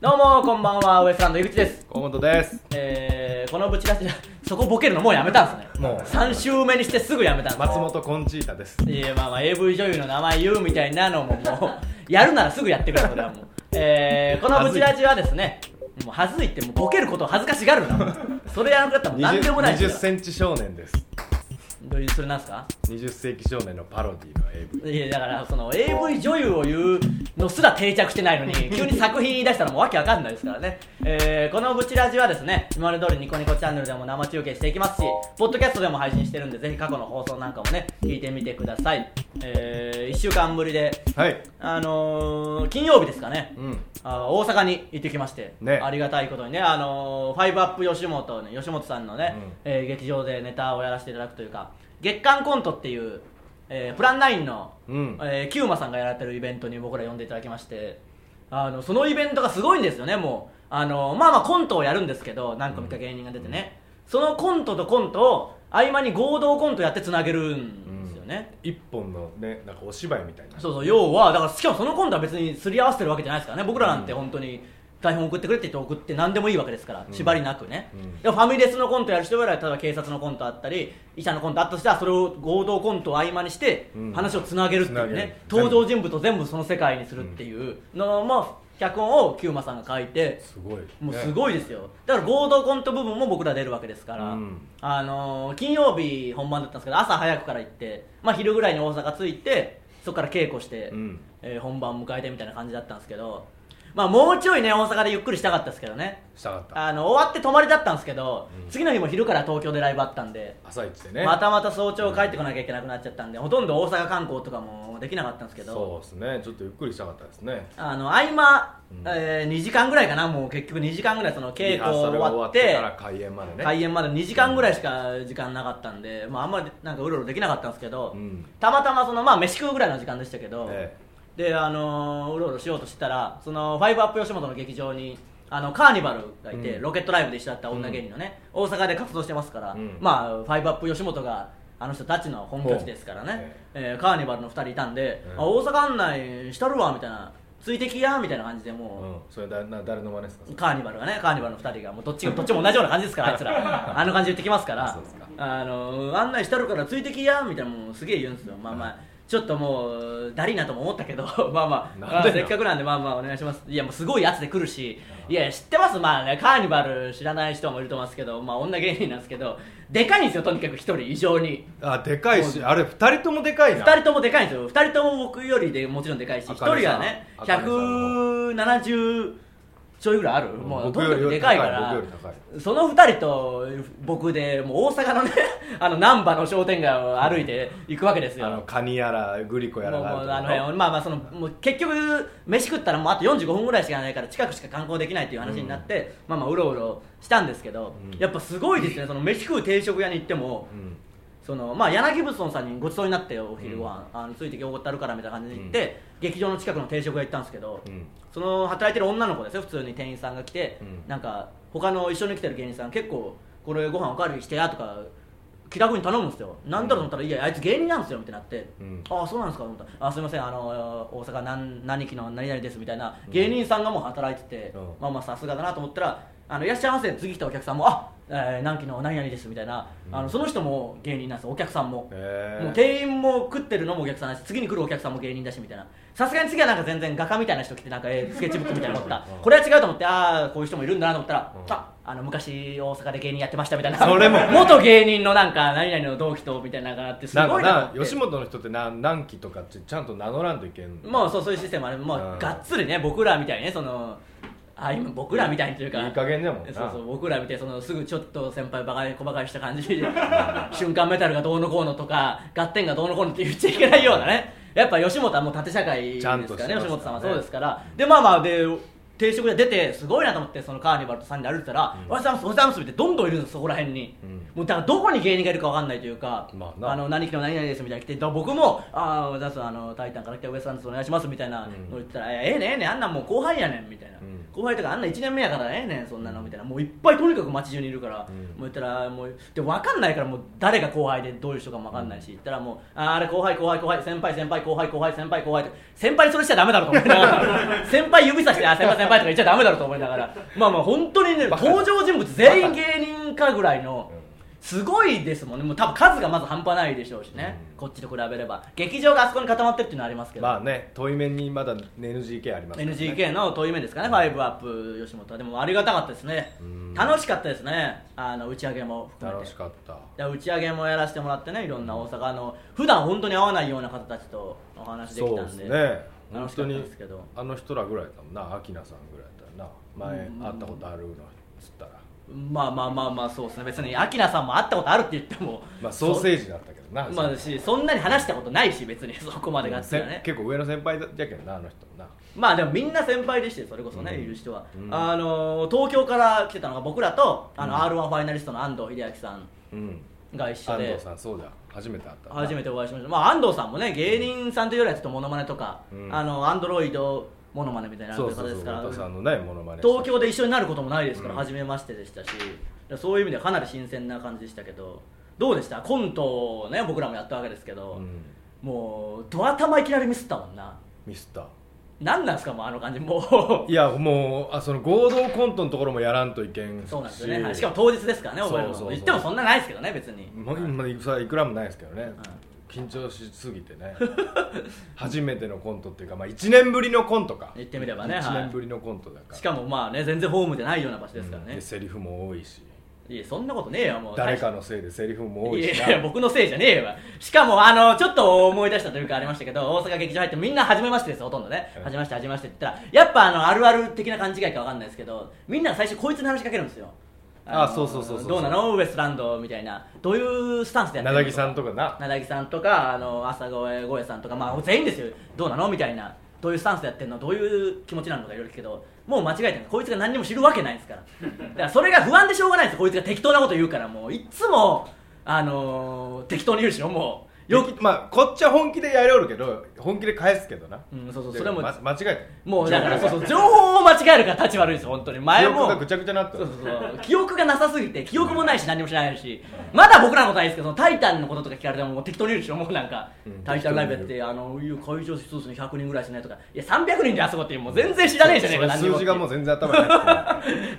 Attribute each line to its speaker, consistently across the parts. Speaker 1: どうもこんばんはウエストランド井口です、
Speaker 2: 河本です
Speaker 1: えー、このブチラジそこボケるのもうやめたんですね
Speaker 2: もう
Speaker 1: 3週目にしてすぐやめたんです
Speaker 2: 松本コンチータです
Speaker 1: いやまあまあ AV 女優の名前言うみたいなのももうやるならすぐやってくれそれはもう、えー、このブチラジはですねもう恥ずいってもうボケることを恥ずかしがるなそれやらなくなったらもう何でもない
Speaker 2: 20
Speaker 1: ですか
Speaker 2: センチ少年です
Speaker 1: らどういうそれなんすか
Speaker 2: 20世紀少年のパロディの AV
Speaker 1: いやだからその AV 女優を言うのすら定着してない のに急に作品言い出したらもうわけわかんないですからね、えーこのブチラジはですね今まで通りニコニコチャンネルでも生中継していきますしポッドキャストでも配信してるんでぜひ過去の放送なんかもね聞いてみてください、え1週間ぶりで
Speaker 2: はい
Speaker 1: あのー金曜日ですかね、
Speaker 2: うん
Speaker 1: あー大阪に行ってきまして、
Speaker 2: ね
Speaker 1: ありがたいことにね、あのーファイブアップ吉本ね、吉本さんのね、
Speaker 2: うん
Speaker 1: えー劇場でネタをやらせていただくというか、月刊コントっていう、えープランナインの、
Speaker 2: うん
Speaker 1: えーキューマさんがやられてるイベントに僕ら呼んでいただきまして、あのそのイベントがすごいんですよね、もう、あのーまあまあコントをやるんですけど、何組か芸人が出てね、そのコントとコントを合間に合同コントやってつなげるんですよね。
Speaker 2: 一本のねなんかお芝居みたいな
Speaker 1: そうそう要はだからしかもそのコントは別にすり合わせてるわけじゃないですからね僕らなんて
Speaker 2: うん
Speaker 1: 本当に台本送ってくれって言って送って何でもいいわけですから、
Speaker 2: うん
Speaker 1: 縛りなくね、
Speaker 2: うん
Speaker 1: でもファミレスのコントやる人ぐらい例えば警察のコントあったり医者のコントあったとしたらそれを合同コントを合間にして
Speaker 2: うん
Speaker 1: 話をつなげるっていう
Speaker 2: つなげる
Speaker 1: ね、登場人物を全部その世界にするっていうのも脚本をキューマさんが書いて
Speaker 2: すごい
Speaker 1: もうす
Speaker 2: い
Speaker 1: ごいですよ、だから合同コント部分も僕ら出るわけですから、
Speaker 2: うん
Speaker 1: あのー金曜日本番だったんですけど朝早くから行って、まあ、昼ぐらいに大阪着いてそこから稽古して、
Speaker 2: うん
Speaker 1: えー本番を迎えてみたいな感じだったんですけど、まあ、もうちょいね大阪でゆっくりしたかったですけどね
Speaker 2: したかった
Speaker 1: あの終わって泊まりだったんですけど、
Speaker 2: うん
Speaker 1: 次の日も昼から東京でライブあったんで、
Speaker 2: 朝一でね
Speaker 1: またまた早朝帰ってこなきゃいけなくなっちゃったんでほとんど大阪観光とかもできなかったんですけど
Speaker 2: そうですねちょっとゆっくりしたかったですね
Speaker 1: あの合間、
Speaker 2: うん
Speaker 1: え2時間ぐらいかなもう結局2時間ぐらいその稽
Speaker 2: リハ
Speaker 1: 古
Speaker 2: ーサ
Speaker 1: 終
Speaker 2: ルが
Speaker 1: わっ
Speaker 2: 終
Speaker 1: て
Speaker 2: わってから開演までね
Speaker 1: 開演まで2時間ぐらいしか時間なかったんで、まあ、あんまりなんかうろうろできなかったんですけど、
Speaker 2: うん
Speaker 1: たまたまその、まあ、飯食うぐらいの時間でしたけど、
Speaker 2: え
Speaker 1: で、あのーうろうろしようとしてたらそのファイブアップ吉本の劇場にあのカーニバルがいて、
Speaker 2: うん
Speaker 1: ロケットライブで一緒だった女芸人のね、大阪で活動してますから、
Speaker 2: うん
Speaker 1: まあ、ファイブアップ吉本があの人たちの本拠地ですから
Speaker 2: ほう
Speaker 1: ね、えーカーニバルの2人いたんで、
Speaker 2: うん
Speaker 1: あ大阪案内したるわみたいなついてきやみたいな感じでもう。
Speaker 2: うんそれだな誰の真似ですか
Speaker 1: カーニバルがねカーニバルの2人がもうどっちがどっちも同じような感じですからあいつ らあの感じで言ってきますから
Speaker 2: そうですか
Speaker 1: あのー案内したるからついてきやみたいなもうすげえ言うんですよまあまあちょっともうだりーなとも思ったけ どまあまあ
Speaker 2: なんで
Speaker 1: まあ
Speaker 2: よ
Speaker 1: せっかくなんでまあまあお願いしますいやもうすごいやつで来るしいや知ってますまあねカーニバル知らない人もいると思いますけどまあ女芸人なんですけどでかいんですよとにかく1人異常に
Speaker 2: あでかいしあれ二人ともでかいな
Speaker 1: 2人ともでかいんですよ2人とも僕よりでもちろんでかいし1
Speaker 2: 茜
Speaker 1: 人
Speaker 2: さん
Speaker 1: がね
Speaker 2: 茜さん
Speaker 1: 170ちょいぐらいある、
Speaker 2: うん
Speaker 1: もう
Speaker 2: 僕
Speaker 1: と
Speaker 2: よ
Speaker 1: に
Speaker 2: り
Speaker 1: かくでかいか
Speaker 2: 僕よ
Speaker 1: ら
Speaker 2: り高い
Speaker 1: その2人と僕でもう大阪のね あの難波の商店街を歩いて行くわけですよ
Speaker 2: あのカニやらグリコやら
Speaker 1: もう
Speaker 2: が
Speaker 1: も
Speaker 2: ある
Speaker 1: う
Speaker 2: とこ
Speaker 1: あの辺まあまあそのもう結局飯食ったらもうあと45分ぐらいしかないから近くしか観光できないっていう話になって、まあまあうろうろしたんですけど、
Speaker 2: うん
Speaker 1: やっぱすごいですねその飯食う定食屋に行っても
Speaker 2: うん
Speaker 1: そのまあ、柳ブソンさんにごちそうになってお昼ご飯、あのついてきておごってあるからみたいな感じで行って、劇場の近くの定食屋行ったんですけど、
Speaker 2: うん
Speaker 1: その働いてる女の子ですよ普通に店員さんが来て、
Speaker 2: うん
Speaker 1: なんか他の一緒に来てる芸人さん結構これご飯おかわりしてやとか気楽に頼むんですよなんだろうと思ったら、いやあいつ芸人なんですよみたいになって、
Speaker 2: うん
Speaker 1: ああそうなんですかと思ったらあすいませんあの大阪なん何期の何々ですみたいな芸人さんがもう働いてて、
Speaker 2: うん
Speaker 1: まあまあさすがだなと思ったらあのいらっしゃいませ次来たお客さんもあ、えー、何期の何々ですみたいな、
Speaker 2: うん
Speaker 1: あのその人も芸人なんですよお客さんも、
Speaker 2: へー
Speaker 1: もう店員も食ってるのもお客さんだし次に来るお客さんも芸人だしみたいなさすがに次はなんか全然画家みたいな人来てなんかえースケッチブックみたいなの持った
Speaker 2: うん
Speaker 1: これは違うと思ってああこういう人もいるんだなと思ったら、
Speaker 2: うん
Speaker 1: ああの昔大阪で芸人やってましたみたいな
Speaker 2: それも
Speaker 1: 元芸人のなんか何々の同期とみたいなのがあってす
Speaker 2: なん
Speaker 1: ご
Speaker 2: か
Speaker 1: いなと
Speaker 2: な
Speaker 1: 思って
Speaker 2: 吉本の人ってな何期とかってちゃんと名乗らんといけん
Speaker 1: もうそうそういうシステムあれもう、
Speaker 2: うん
Speaker 1: がっつりね僕らみたいにねそのあ今僕らみたいにというか
Speaker 2: いい加減だもんな
Speaker 1: そうそう僕らみたいにそのすぐちょっと先輩バカに小バカにした感じ 瞬間メタルがどうのこうのとか合点がどうのこうのって言っちゃいけないようなねやっぱ吉本はもう縦社会です
Speaker 2: ち
Speaker 1: か
Speaker 2: ゃ
Speaker 1: ら
Speaker 2: ん
Speaker 1: ね
Speaker 2: と
Speaker 1: 吉
Speaker 2: してますからね
Speaker 1: 本さんはそうですからでまあまあで定食で出てすごいなと思ってそのカーニバルと3人歩いてたら「
Speaker 2: うん
Speaker 1: おはようございますおはようございます」ってどんどんいるんですそこら辺に、
Speaker 2: うん
Speaker 1: もうだからどこに芸人がいるかわかんないというか、
Speaker 2: まあな
Speaker 1: の何期の何々ですみたいな来てだから僕も「ああ出すあのタイタンから来たウエストランドですお願いします」みたいな
Speaker 2: うん
Speaker 1: の言ったら「いやええねんええねんあんなんもう後輩やねん」みたいな、
Speaker 2: うん
Speaker 1: 後輩とかあんな1年目やからええねんそんなのみたいなもういっぱいとにかく街中にいるから、
Speaker 2: うん
Speaker 1: もう言ったらもうで分かんないからもう誰が後輩でどういう人かも分かんないし、言ったらもうあーあれ後輩後輩後 輩先輩先輩後輩後輩先輩後輩って先輩にそれしちゃダメだろうと思って先輩指さしてあ先輩先先輩とか言っちゃダメだろうと思いながらまあまあ本当にね登場人物全員芸人かぐらいのすごいですもんねもう多分数がまず半端ないでしょうしね、
Speaker 2: うん
Speaker 1: こっちと比べれば劇場があそこに固まってるっていうのはありますけど、
Speaker 2: まあね遠い面にまだ NGK ありますからね
Speaker 1: NGK の遠い目ですかね、ファイブアップ吉本は、でもありがたかったですね
Speaker 2: うん、
Speaker 1: 楽しかったですね、あの打ち上げも含め
Speaker 2: 楽
Speaker 1: て
Speaker 2: し。かった
Speaker 1: いや打ち上げもやらせてもらってね、いろんな大阪の、普段本当に会わないような方たちとお話でき
Speaker 2: そ
Speaker 1: た
Speaker 2: うんです
Speaker 1: で、
Speaker 2: ね本
Speaker 1: 楽しか
Speaker 2: 当
Speaker 1: った
Speaker 2: に
Speaker 1: ですけど、
Speaker 2: あの人らぐらいだもんなアキナさんぐらいだったらな前
Speaker 1: うん
Speaker 2: 会ったことあるのっつったら
Speaker 1: まあまあまあまあ、そうですね、別に、アキナさんも会ったことあるって言っても、
Speaker 2: まあソーセージだったけどな
Speaker 1: そまあし、そんなに話したことないし、別にそ こまでがっつりは
Speaker 2: せ
Speaker 1: ね
Speaker 2: ん。結構上の先輩だじゃけんなあの人もな
Speaker 1: まあでもみんな先輩でしてそれこそね、
Speaker 2: うん
Speaker 1: いる人は、
Speaker 2: うん
Speaker 1: あの東京から来てたのが僕らとあの、
Speaker 2: うん
Speaker 1: r 1ファイナリストの安藤秀明さん
Speaker 2: うん
Speaker 1: が一緒
Speaker 2: 安
Speaker 1: で
Speaker 2: 藤さんそうじゃ初めて会ったな
Speaker 1: 初めてお会いしました、まあ、安藤さんもね芸人さんというよりはちょっとモノマネとか、
Speaker 2: うん
Speaker 1: あのアンドロイドモノマネみたいな
Speaker 2: そ
Speaker 1: 方
Speaker 2: う
Speaker 1: です
Speaker 2: そうそう
Speaker 1: から
Speaker 2: 太田さんのねモノマネ
Speaker 1: 東京で一緒になることもないですから、
Speaker 2: うん
Speaker 1: 初めましてでしたしそういう意味ではかなり新鮮な感じでしたけどどうでしたコントをね僕らもやったわけですけど、
Speaker 2: うん
Speaker 1: もうド頭いきなりミスったもんな
Speaker 2: ミスター
Speaker 1: 何なんですかもうあの感じもう
Speaker 2: いやもうあその合同コントのところもやらんといけん
Speaker 1: そうなんですよね、はいしかも当日ですからね覚えるの
Speaker 2: そうそうそう
Speaker 1: も言ってもそんなないですけどね別に
Speaker 2: もう今いくらいくらもないですけどね、緊張しすぎてね初めてのコントっていうか、まあ、1年ぶりのコントか
Speaker 1: 言ってみればね
Speaker 2: 1
Speaker 1: はい
Speaker 2: 年ぶりのコントだから
Speaker 1: しかもまあね全然ホームでないような場所ですから
Speaker 2: うん
Speaker 1: ね
Speaker 2: で、セリフも多いし
Speaker 1: いやそんなことねえよもう
Speaker 2: 誰かのせいでセリフも多
Speaker 1: い
Speaker 2: いし
Speaker 1: やいや僕のせいじゃねえわしかもあのちょっと思い出したというかありましたけど大阪劇場入ってみんな初めましてですほとんどね、
Speaker 2: うん
Speaker 1: 初めまして初めましてって言ったらやっぱあのあるある的な勘違いかわかんないですけどみんなが最初こいつに話しかけるんですよ
Speaker 2: あ
Speaker 1: の
Speaker 2: そうそうそうそう
Speaker 1: どうなのウエストランドみたいなどういうスタンスでやってる
Speaker 2: な
Speaker 1: の
Speaker 2: だぎさんとかな
Speaker 1: なだぎさんとかあの朝声声さんとか、まあ、全員ですよどうなのみたいなどういうスタンスでやってんのどういう気持ちなのとかいろいろ聞くけどもう間違えてるこいつが何にも知るわけないですからだからそれが不安でしょうがないんですよこいつが適当なこと言うからもういっつも、あのー適当に言うしょもうよ
Speaker 2: よきまあこっちは本気でやりおるけど本気で返すけどな、
Speaker 1: うん、そうそうそれも、
Speaker 2: ま間違えて
Speaker 1: もうだからそうそう情報を間違えるから立ち悪いです本当に前
Speaker 2: 記
Speaker 1: も
Speaker 2: 憶がぐちゃぐちゃになって
Speaker 1: そう
Speaker 2: る
Speaker 1: そうそう記憶がなさすぎて記憶もないし何も知らないしまだ僕らのことはいいですけどそのタイタンのこととか聞かれてももう適当に言うでしょもうなんか、
Speaker 2: うん
Speaker 1: タイタンライブやってあのいう会場一つに100人ぐらいしないとかいや300人であそこってもう全然知らねえじゃねえか
Speaker 2: それ
Speaker 1: に
Speaker 2: 数字がもう全然頭に入っ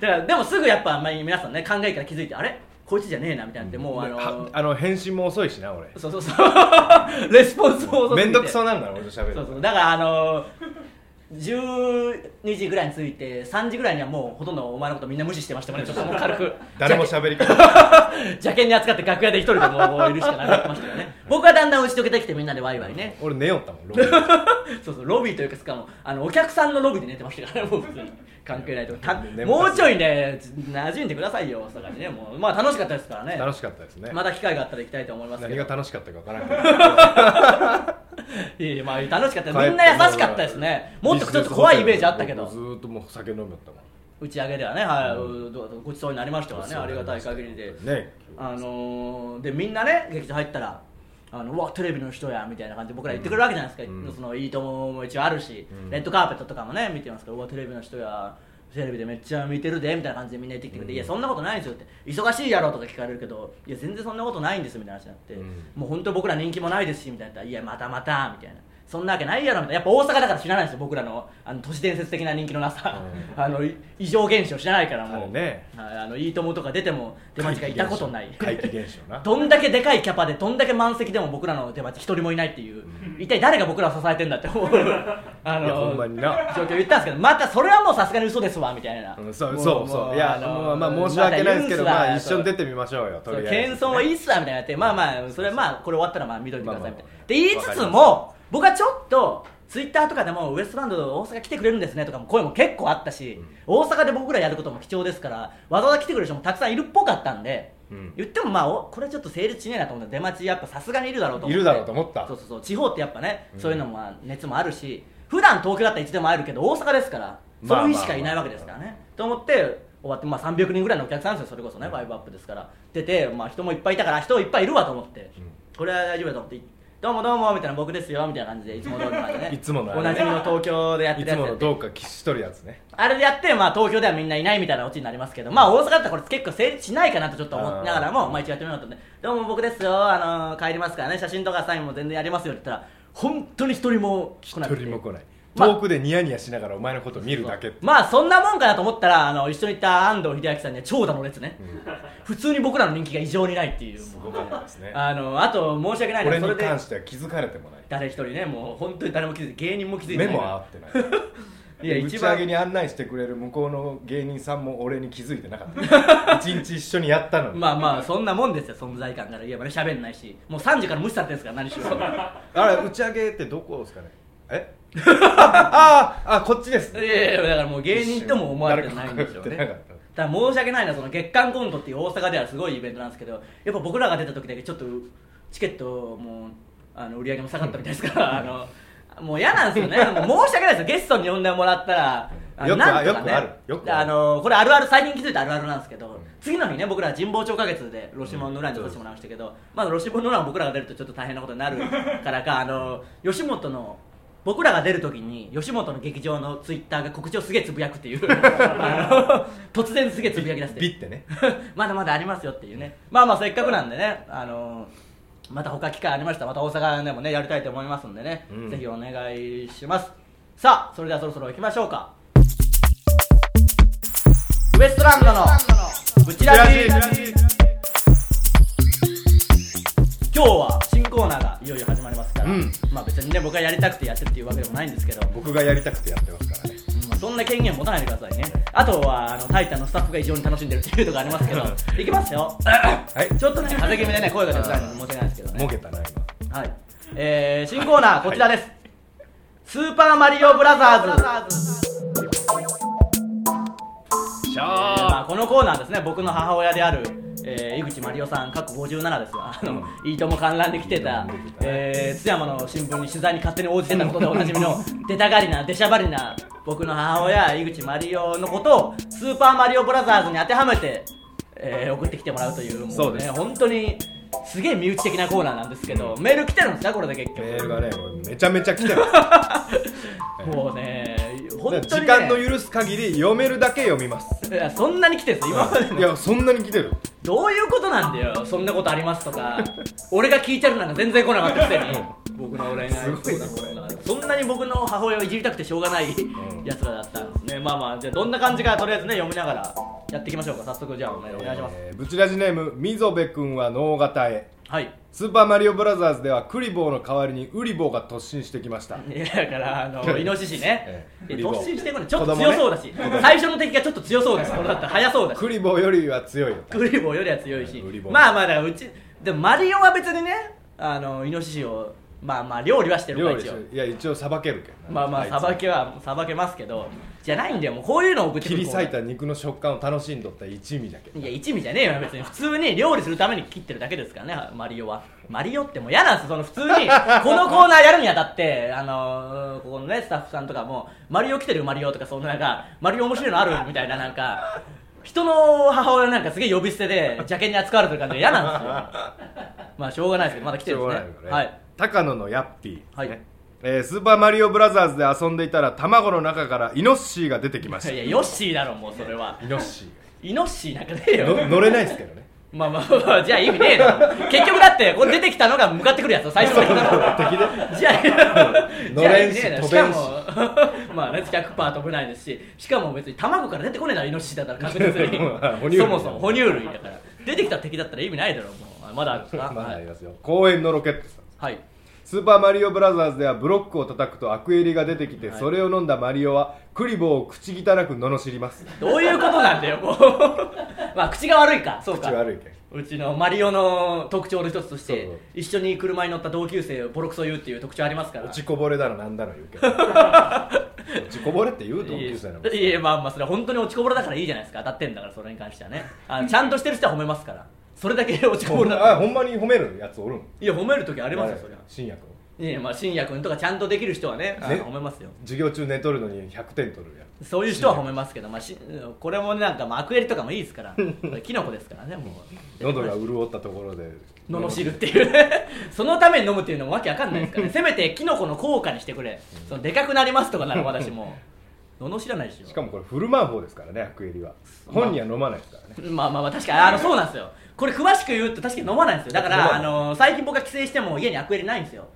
Speaker 1: だ
Speaker 2: て
Speaker 1: からでもすぐやっぱ、まあ、皆さんね考えから気づいてあれこいつじゃねえなみたいになって、
Speaker 2: ない
Speaker 1: もうあ
Speaker 2: は
Speaker 1: の
Speaker 2: あの返信も遅いしな俺
Speaker 1: そうそうそう レスポンスも遅すぎて
Speaker 2: めんどくそうなんだろ俺と喋る
Speaker 1: そ
Speaker 2: の
Speaker 1: うそうだからあのー、12時ぐらいに着いて3時ぐらいにはもうほとんどお前のことみんな無視してましたもんねちょっともう軽く
Speaker 2: 誰も喋りかけない
Speaker 1: 邪険に扱って楽屋で一人でもうもういるしかなくなってましたよね僕はだんだん打ち解けてきてみんなでワイワイね
Speaker 2: 俺寝よったもんロビー
Speaker 1: そうそうロビーというかしかもあのお客さんのロビーで寝てましたからねもう普通に関係ないとた
Speaker 2: 眠たい
Speaker 1: もうちょいね馴染んでくださいよ大阪にねもうまあ楽しかったですからね
Speaker 2: 楽しかったですね
Speaker 1: また機会があったら行きたいと思いますけ
Speaker 2: 何
Speaker 1: ど
Speaker 2: が楽しかったか分からんけど
Speaker 1: いやいやまあ楽しかったみんな優しかったですねもっとちょっと怖いイメージあったけど
Speaker 2: ずーっともう酒飲みだったもん
Speaker 1: 打ち上げではね、はい
Speaker 2: うん
Speaker 1: どうごちそうになりましたからね、ありがたい限りで、
Speaker 2: ね
Speaker 1: あのーでみんなね、劇場入ったら、あのうわ、テレビの人やみたいな感じで僕ら言ってくるわけじゃないですか、
Speaker 2: うん
Speaker 1: そのいいともも一応あるし、
Speaker 2: うん
Speaker 1: レッドカーペットとかもね、見てますから、うわ、テレビの人や、テレビでめっちゃ見てるでみたいな感じでみんな言ってきてくれて、
Speaker 2: うん
Speaker 1: いや、そんなことないですよって、忙しいやろとか聞かれるけど、いや、全然そんなことないんですみたいな話になって、
Speaker 2: うん
Speaker 1: もう本当、僕ら人気もないですしみたいな、いや、またまたみたいな。そんなわけないやろみたいなやっぱ大阪だから知らないですよ僕らのあの都市伝説的な人気のなさ、
Speaker 2: う
Speaker 1: あのい異常現象知らないから
Speaker 2: あ
Speaker 1: も
Speaker 2: れ
Speaker 1: う、
Speaker 2: ね
Speaker 1: はい、あのいいともとか出ても出待ちがいたことない
Speaker 2: 怪奇現象な
Speaker 1: どんだけでかいキャパでどんだけ満席でも僕らの出待ち一人もいないっていう、一体誰が僕らを支えてんだって思うあ
Speaker 2: いやほんまにな
Speaker 1: 状況言ったんですけどまたそれはもうさすがに嘘ですわみたいな、
Speaker 2: うんそう
Speaker 1: も
Speaker 2: そう
Speaker 1: も
Speaker 2: そういや
Speaker 1: あの
Speaker 2: もうまあ申し訳ないですけど
Speaker 1: また
Speaker 2: ま
Speaker 1: 言
Speaker 2: あ
Speaker 1: うん
Speaker 2: 一
Speaker 1: すわ
Speaker 2: 緒に出てみましょうよと
Speaker 1: そう
Speaker 2: りあえず
Speaker 1: 謙遜はいいっすわみたいになってまあまあそれはまあこれ終わったらまあ見といてくださいみたいな
Speaker 2: まあまあまあ
Speaker 1: で言いつつも僕はちょっとツイッターとかでもウエストランド大阪来てくれるんですねとかも声も結構あったし、大阪で僕らやることも貴重ですからわざわざ来てくれる人もたくさんいるっぽかったんで、
Speaker 2: うん
Speaker 1: 言ってもまあおこれはちょっと成立しねえなと思って出待ちやっぱさすがにいるだろうと思って
Speaker 2: いるだろうと思った
Speaker 1: そうそうそう地方ってやっぱねそういうのもまあ熱もあるし普段東京だったらいつでも会えるけど大阪ですからそ
Speaker 2: まあまあまあ
Speaker 1: の日しかいないわけですからね、と思って終わって、まあ、300人ぐらいのお客さんですよそれこそね、ファイブアップですから出て、まあ、人もいっぱいいたから人いっぱいいるわと思って、これは大丈夫だと思ってどうもどうもみたいな僕ですよみたいな感じでいつも通りの感じでね
Speaker 2: いつものあれ
Speaker 1: お
Speaker 2: ね
Speaker 1: なじみの東京でやって
Speaker 2: い
Speaker 1: る
Speaker 2: つ
Speaker 1: やつ
Speaker 2: も
Speaker 1: や
Speaker 2: の
Speaker 1: って
Speaker 2: どうかしとるやつね
Speaker 1: あれでやって、まあ、東京ではみんないないみたいなオチになりますけど、まあ、大阪だったらこれ結構成立しないかなとちょっと思いながらも、
Speaker 2: あー
Speaker 1: まあ、一応やってみようとねどうも僕ですよ、あのー帰りますからね写真とかサインも全然やりますよって言ったら本当に一人も来
Speaker 2: 一
Speaker 1: なくて
Speaker 2: 人も来ない
Speaker 1: まあ
Speaker 2: 遠くでニヤニヤしながらお前のこと見るだけって
Speaker 1: まあそんなもんかなと思ったらあの一緒に行った安藤秀明さんには長蛇の列ね、普通に僕らの人気が異常にないっていう
Speaker 2: すごかったですね
Speaker 1: あのあと申し訳ない
Speaker 2: 俺
Speaker 1: ね
Speaker 2: に
Speaker 1: それで
Speaker 2: 関しては気づかれてもない
Speaker 1: 誰一人ねもう本当に誰も気づいて芸人も気づいてな
Speaker 2: 目
Speaker 1: い
Speaker 2: も合ってない
Speaker 1: いや
Speaker 2: 打ち
Speaker 1: 一
Speaker 2: 上
Speaker 1: 番
Speaker 2: げに案内してくれる向こうの芸人さんも俺に気づいてなか った一日一緒にやったのに、
Speaker 1: まあまあそんなもんですよ存在感から言えばね喋んないしもう3時から無視されてるんですから何しろ
Speaker 2: あれ打ち上げってどこですかねえあああこっちです
Speaker 1: いやいやだからもう芸人とも思われてないんでしょうね
Speaker 2: 誰か分かってなか
Speaker 1: だから申し訳ないなその月刊コントっていう大阪ではすごいイベントなんですけどやっぱ僕らが出た時だけちょっとチケットもうあの売り上げも下がったみたいですからあのもう嫌なんですよ ねもう申し訳ないですよゲストに呼んでもらったらあの
Speaker 2: よく
Speaker 1: なんと
Speaker 2: よくあるよくある
Speaker 1: あのこれあるある最近気づいたあるあるなんですけど、
Speaker 2: ん
Speaker 1: 次の日ね僕ら神保町花月でロシモンの裏に出させてもらいましたけど、まあロシモンの裏も僕らが出るとちょっと大変なことになるから かあの吉本の僕らが出るときに吉本の劇場のツイッターが告知をすげえつぶやくっていう あの突然すげえつぶやき出して
Speaker 2: ビッてね
Speaker 1: まだまだありますよっていうねまあまあせっかくなんでねあのまた他機会ありましたらまた大阪でもねやりたいと思いますんでね、
Speaker 2: うん
Speaker 1: ぜひお願いしますさあそれではそろそろ行きましょうかウエストランドのブチラジ今日は新コーナーがいよいよ始まりますから、
Speaker 2: うん
Speaker 1: まあ別にね僕がやりたくてやってるっていうわけでもないんですけど、
Speaker 2: 僕がやりたくてやってますからね
Speaker 1: まあ、そんな権限持たないでくださいねあとはあのタイタンのスタッフが非常に楽しんでるっていうとこありますけど いきますよ
Speaker 2: はい
Speaker 1: ちょっとね風邪気味でね声が出づらいので申し訳ないですけどね
Speaker 2: もげたな今
Speaker 1: はい、えー、新コーナーこちらです、スーパーマリオブラザーズ、
Speaker 2: し
Speaker 1: えーまあ、このコーナーですね僕の母親である、えー、井口マリオさん過去57ですがあの、いいとも観覧で来てた
Speaker 2: いいとも出てたね
Speaker 1: えー津山の新聞に取材に勝手に応じてたことでおなじみの出たがりな出しゃばりな僕の母親井口マリオのことをスーパーマリオブラザーズに当てはめて、えー送ってきてもらうというもう、ね、
Speaker 2: そうです
Speaker 1: 本当にすげえ身内的なコーナーなんですけどメール来てるんですかこれで結局
Speaker 2: メールがねもうめちゃめちゃ来てます
Speaker 1: もうね、 本当
Speaker 2: だ
Speaker 1: に、ね、
Speaker 2: から時間の許す限り読めるだけ読みます
Speaker 1: いやそんなに来てるんですよ、今まで
Speaker 2: い
Speaker 1: も。
Speaker 2: やそんなに来てる
Speaker 1: どういうことなんだよ、そんなことありますとか、俺が聞いてるなんか全然来なかったくせに、僕の恋愛相談
Speaker 2: すごいね
Speaker 1: そんなに僕の母親をいじりたくてしょうがない
Speaker 2: ん
Speaker 1: やつらだったんですね、まあまあ、じゃあ、どんな感じか、とりあえずね、読みながらやっていきましょうか、早速、じゃあ、お願いします。
Speaker 2: えーブチラジネームみぞべくんは脳型へ
Speaker 1: はい
Speaker 2: スーパーマリオブラザーズではクリボーの代わりにウリボーが突進してきました
Speaker 1: いやだからあのイノシシね
Speaker 2: え、え
Speaker 1: え突進してこない、ちょっ
Speaker 2: 子
Speaker 1: と
Speaker 2: 供
Speaker 1: 強
Speaker 2: ね
Speaker 1: そうだし、最初の敵がちょっと強そうだし、これだったら速 そうだし、
Speaker 2: クリボーよりは強いよ
Speaker 1: グリボーよりは強いし
Speaker 2: グリボー
Speaker 1: まあまあだからうちでもマリオは別にねあのイノシシをまあまあ料理はしてるか
Speaker 2: 料
Speaker 1: ら
Speaker 2: 理
Speaker 1: 一
Speaker 2: し
Speaker 1: 応
Speaker 2: いや一応さばけるけど
Speaker 1: ま
Speaker 2: な
Speaker 1: あまあ
Speaker 2: いつ
Speaker 1: さばけはさばけますけどじゃないんだよもうこういうのを送ってく
Speaker 2: 切
Speaker 1: る
Speaker 2: り裂いた肉の食感を楽しんどった一味だけ
Speaker 1: いや一味じゃねえよ別に普通に料理するために切ってるだけですからねマリオはマリオってもう嫌なんですよその普通 にこのコーナーやるにあたってあのーここのねスタッフさんとかもマリオ来てるマリオとかそんななんかマリオ面白いのあるみたいななんか人の母親なんかすげえ呼び捨てで邪険に扱われてる感じが嫌 なんですよまあしょうがないですけどまだ来てるんですね
Speaker 2: しょうがな
Speaker 1: はい
Speaker 2: よ
Speaker 1: い
Speaker 2: 高野のヤッピー、
Speaker 1: はい
Speaker 2: えースーパーマリオブラザーズで遊んでいたら卵の中からイノッシーが出てきました
Speaker 1: いや
Speaker 2: イ
Speaker 1: ヨッシーだろもうそれは
Speaker 2: ノッシ
Speaker 1: イノッシーなんかねえ
Speaker 2: ーが
Speaker 1: よ
Speaker 2: の乗れないですけどね
Speaker 1: まあまあまあじゃあ意味ねえだろ結局だってこれ出てきたのが向かってくるやつ最初の人だろ
Speaker 2: 敵で
Speaker 1: じゃあ、
Speaker 2: のれんし
Speaker 1: じゃあね
Speaker 2: 飛べんし
Speaker 1: しかも、 まあね、100%飛べないですし、しかも別に卵から出てこねえだろ、イノシシだったら確実
Speaker 2: 哺乳
Speaker 1: に。
Speaker 2: 類
Speaker 1: そもそも哺乳類だから。出てきた敵だったら意味ないだろ、もう。あまだあるんですか、
Speaker 2: まだ
Speaker 1: は
Speaker 2: あ
Speaker 1: い
Speaker 2: り。ますよ公園のロケットさん
Speaker 1: はい。
Speaker 2: スーパーマリオブラザーズではブロックを叩くとアクエリが出てきて、
Speaker 1: はい
Speaker 2: それを飲んだマリオはクリボーを口汚く罵ります
Speaker 1: どういうことなんだよ、もう。 まあ、口が悪いか、そうか。
Speaker 2: 口悪いけん
Speaker 1: うちのマリオの特徴の一つとして
Speaker 2: そうそう
Speaker 1: 一緒に車に乗った同級生をボロクソ言うっていう特徴ありますから
Speaker 2: 落ちこぼれだのなんだの言う けど落ちこぼれって言う同級生の
Speaker 1: いやいやまあまあそれは本当に落ちこぼれだからいいじゃないですか当たってんだからそれに関しては ねあのちゃんとしてる人は褒めますからそれだけ落ちこぼれだから
Speaker 2: あほんまに褒めるやつおるん
Speaker 1: いや褒める時ありますよそりゃ
Speaker 2: 新薬
Speaker 1: いやまあ信也君とかちゃんとできる人はねあの
Speaker 2: ね
Speaker 1: 褒めますよ
Speaker 2: 授業中寝とるのに100点取るやつ
Speaker 1: そういう人は褒めますけど、まあ、しこれもなんか、まあ、アクエリとかもいいです からこれキノコですからねもう
Speaker 2: 喉が潤ったところで
Speaker 1: 罵るっていう ねそのために飲むっていうのもわけわかんないです からねせめてキノコの効果にしてくれそのでかくなりますとかなら私も 罵らないでしょ
Speaker 2: しかもこれフルマン法ですからねアクエリは本人は飲まないですから ね
Speaker 1: まあまあまあ確かにあのそうなんですよこれ詳しく言うと確かに飲まないんですよだか
Speaker 2: 飲ま
Speaker 1: ら
Speaker 2: な
Speaker 1: あ
Speaker 2: い
Speaker 1: の最近僕が帰省しても家にアクエリないんですよ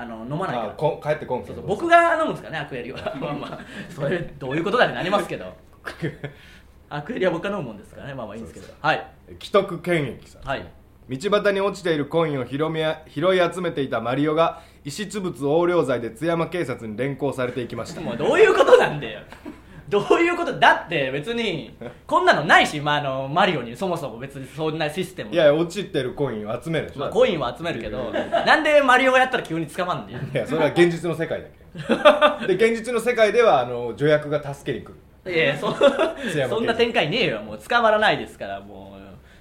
Speaker 1: あの飲まないから
Speaker 2: あこん帰ってこん
Speaker 1: そ
Speaker 2: け
Speaker 1: う
Speaker 2: ど
Speaker 1: そう僕が飲むんですかねアクエリはまあまあそれどういうことだってなりますけどアクエリは僕が飲むもんですからねまあまあいいんですけど
Speaker 2: そう
Speaker 1: はい
Speaker 2: 既得権益さん
Speaker 1: はい
Speaker 2: 道端に落ちているコインを拾みや拾い集めていたマリオが遺失物横領罪で津山警察に連行されていきました
Speaker 1: もうどういうことなんだよどういうことだって別にこんなのないし、まあ、あのマリオにそもそも別にそんなシステム
Speaker 2: いや落ちてるコインを集めるでしょ
Speaker 1: まあ、
Speaker 2: だって
Speaker 1: コインは集めるけどなんでマリオがやったら急に捕まんねん
Speaker 2: いやそれは現実の世界だ けで現実の世界ではあの助役が助けに来る
Speaker 1: いやいやそ
Speaker 2: 山
Speaker 1: そんな展開ねえよもう捕まらないですからもう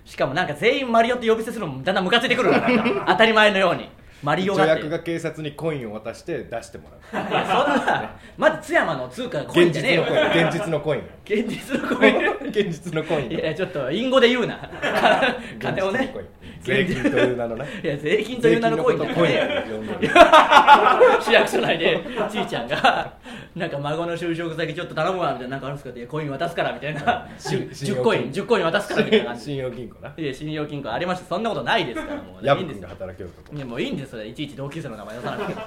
Speaker 1: しかもなんか全員マリオって呼び捨てするのもだんだんムカついてくるから なんか当たり前のようにマリオ
Speaker 2: 助
Speaker 1: がって
Speaker 2: 役が警察にコインを渡して出しても
Speaker 1: い
Speaker 2: らう
Speaker 1: やそんなまず津山の通貨コインじ
Speaker 2: 現
Speaker 1: ゃ
Speaker 2: 実
Speaker 1: ねえよ
Speaker 2: のコイン現実のコイン
Speaker 1: 現実のコイン
Speaker 2: 現実のコイン
Speaker 1: いやいやちょっと隠語で言う な金をね
Speaker 2: 税金という名のね
Speaker 1: いや税金という名のコインだ
Speaker 2: 税
Speaker 1: よ
Speaker 2: 金のことをコイ
Speaker 1: ね
Speaker 2: ンと呼んでる
Speaker 1: 市役所内でちいちゃんがなんか孫の就職先ちょっと頼むわみたいななんかあるんですけどいやコイン渡すからみたいな 10,
Speaker 2: 信用金庫
Speaker 1: コイン10コイン渡すからみたいな感じ
Speaker 2: 信用金庫ない
Speaker 1: や信用金庫ありましたそんなことないですからもう、
Speaker 2: ヤ
Speaker 1: いい
Speaker 2: ブ
Speaker 1: んで
Speaker 2: 君
Speaker 1: す
Speaker 2: が
Speaker 1: よ
Speaker 2: 働けるとこ
Speaker 1: いやもういいんですよいちいち同級生の名前出さなくて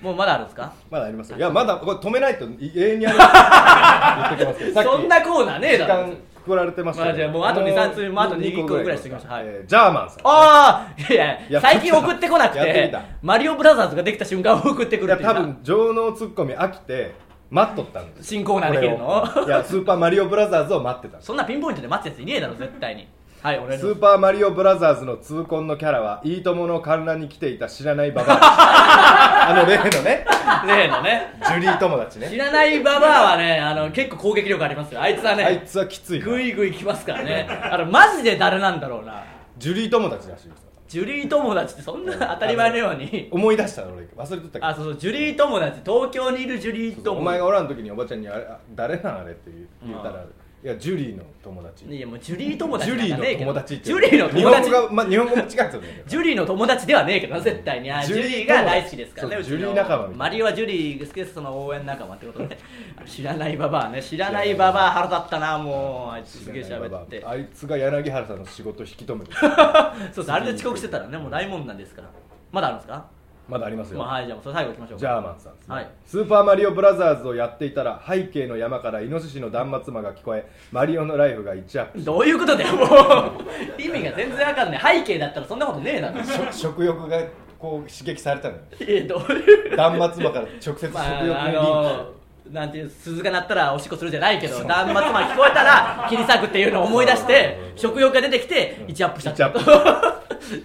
Speaker 1: ももうまだあるんですか
Speaker 2: まだありますよいやまだこれ止めないと永遠にある言ってきますけどさっき
Speaker 1: そんなコーナーねえ
Speaker 2: 時
Speaker 1: だろ
Speaker 2: 間くられてまし
Speaker 1: ま
Speaker 2: たけど
Speaker 1: あじゃあもうあと二三通もうあと二個
Speaker 2: 二
Speaker 1: ぐらいしておきましょうはい
Speaker 2: えージャーマンさん
Speaker 1: ああいやい
Speaker 2: や
Speaker 1: や最近送ってこなく
Speaker 2: やって
Speaker 1: て
Speaker 2: みた
Speaker 1: マリオブラザーズができた瞬間を送ってく
Speaker 2: い
Speaker 1: るっ
Speaker 2: や
Speaker 1: ていうな
Speaker 2: 多分情能ツッコミ飽きて待っとったんです
Speaker 1: 新コーナーできるの
Speaker 2: これをいやスーパーマリオブラザーズを待ってたんです
Speaker 1: そんなピンポイントで待つやついねえだろ絶対にはい俺
Speaker 2: ス
Speaker 1: の
Speaker 2: ーパーマリオブラザーズの痛恨のキャラはいいともの観覧に来ていた知らないババアあの例のね
Speaker 1: 例のね
Speaker 2: ジュリー友達
Speaker 1: 知
Speaker 2: ね
Speaker 1: らないババアはねあの結構攻撃力ありますよあいつはね、
Speaker 2: あいつはきついな
Speaker 1: グイグイ来ますからねあのマジで誰なんだろうな
Speaker 2: ジュリー友達らしいですよ
Speaker 1: ジュリー友達ってそんな当たり前のように
Speaker 2: 思い出したの俺忘れとったけど
Speaker 1: あそうそうジュリー友達東京にいるジュリー
Speaker 2: そうそうお
Speaker 1: 友
Speaker 2: 前
Speaker 1: 達
Speaker 2: がおらん時におばちゃんにあれあ誰なんあれって言う言った
Speaker 1: う
Speaker 2: らいやジュリーの友達
Speaker 1: いやもうジュリー友達
Speaker 2: ジュ
Speaker 1: なん
Speaker 2: リ
Speaker 1: か
Speaker 2: ー
Speaker 1: ねえ
Speaker 2: の
Speaker 1: け
Speaker 2: 友
Speaker 1: ど
Speaker 2: 達って
Speaker 1: ジュリーの友達
Speaker 2: 日本語が、ま、日本語も違うんですよね
Speaker 1: ジュリーの友達ではねえけどな絶対にあ
Speaker 2: ジ
Speaker 1: ジュ
Speaker 2: ュリ
Speaker 1: リ
Speaker 2: ー
Speaker 1: ーが大好きですからね
Speaker 2: そう
Speaker 1: うちの
Speaker 2: ジュリー仲間みたいな
Speaker 1: マリオはジュリーが好きですその応援仲間ってことね知らないババアね知らないババア腹立ったなもうあい つすげえ喋って
Speaker 2: あいつが柳原さんの仕事引き止めてる
Speaker 1: そうそうあれで遅刻してたらねもう大問題ですからまだあるんですか
Speaker 2: まだありますよ、
Speaker 1: まあはいじゃあもうそれ最後いきましょう
Speaker 2: ジャーマンさんですね、
Speaker 1: はい
Speaker 2: スーパーマリオブラザーズをやっていたら背景の山からイノシシの断末魔が聞こえマリオのライフが1アップ
Speaker 1: どういうことだよもう意味が全然わかんない背景だったらそんなことねえ だろ
Speaker 2: しょ食欲がこう刺激されたのよ
Speaker 1: いやどういう
Speaker 2: 断末魔から直接食欲
Speaker 1: ま
Speaker 2: にリン
Speaker 1: ああ
Speaker 2: ク
Speaker 1: のなんていう鈴が鳴ったらおしっこするじゃないけど断末魔聞こえたら切り裂くっていうのを思い出して食欲が出てきて1アップしたってこと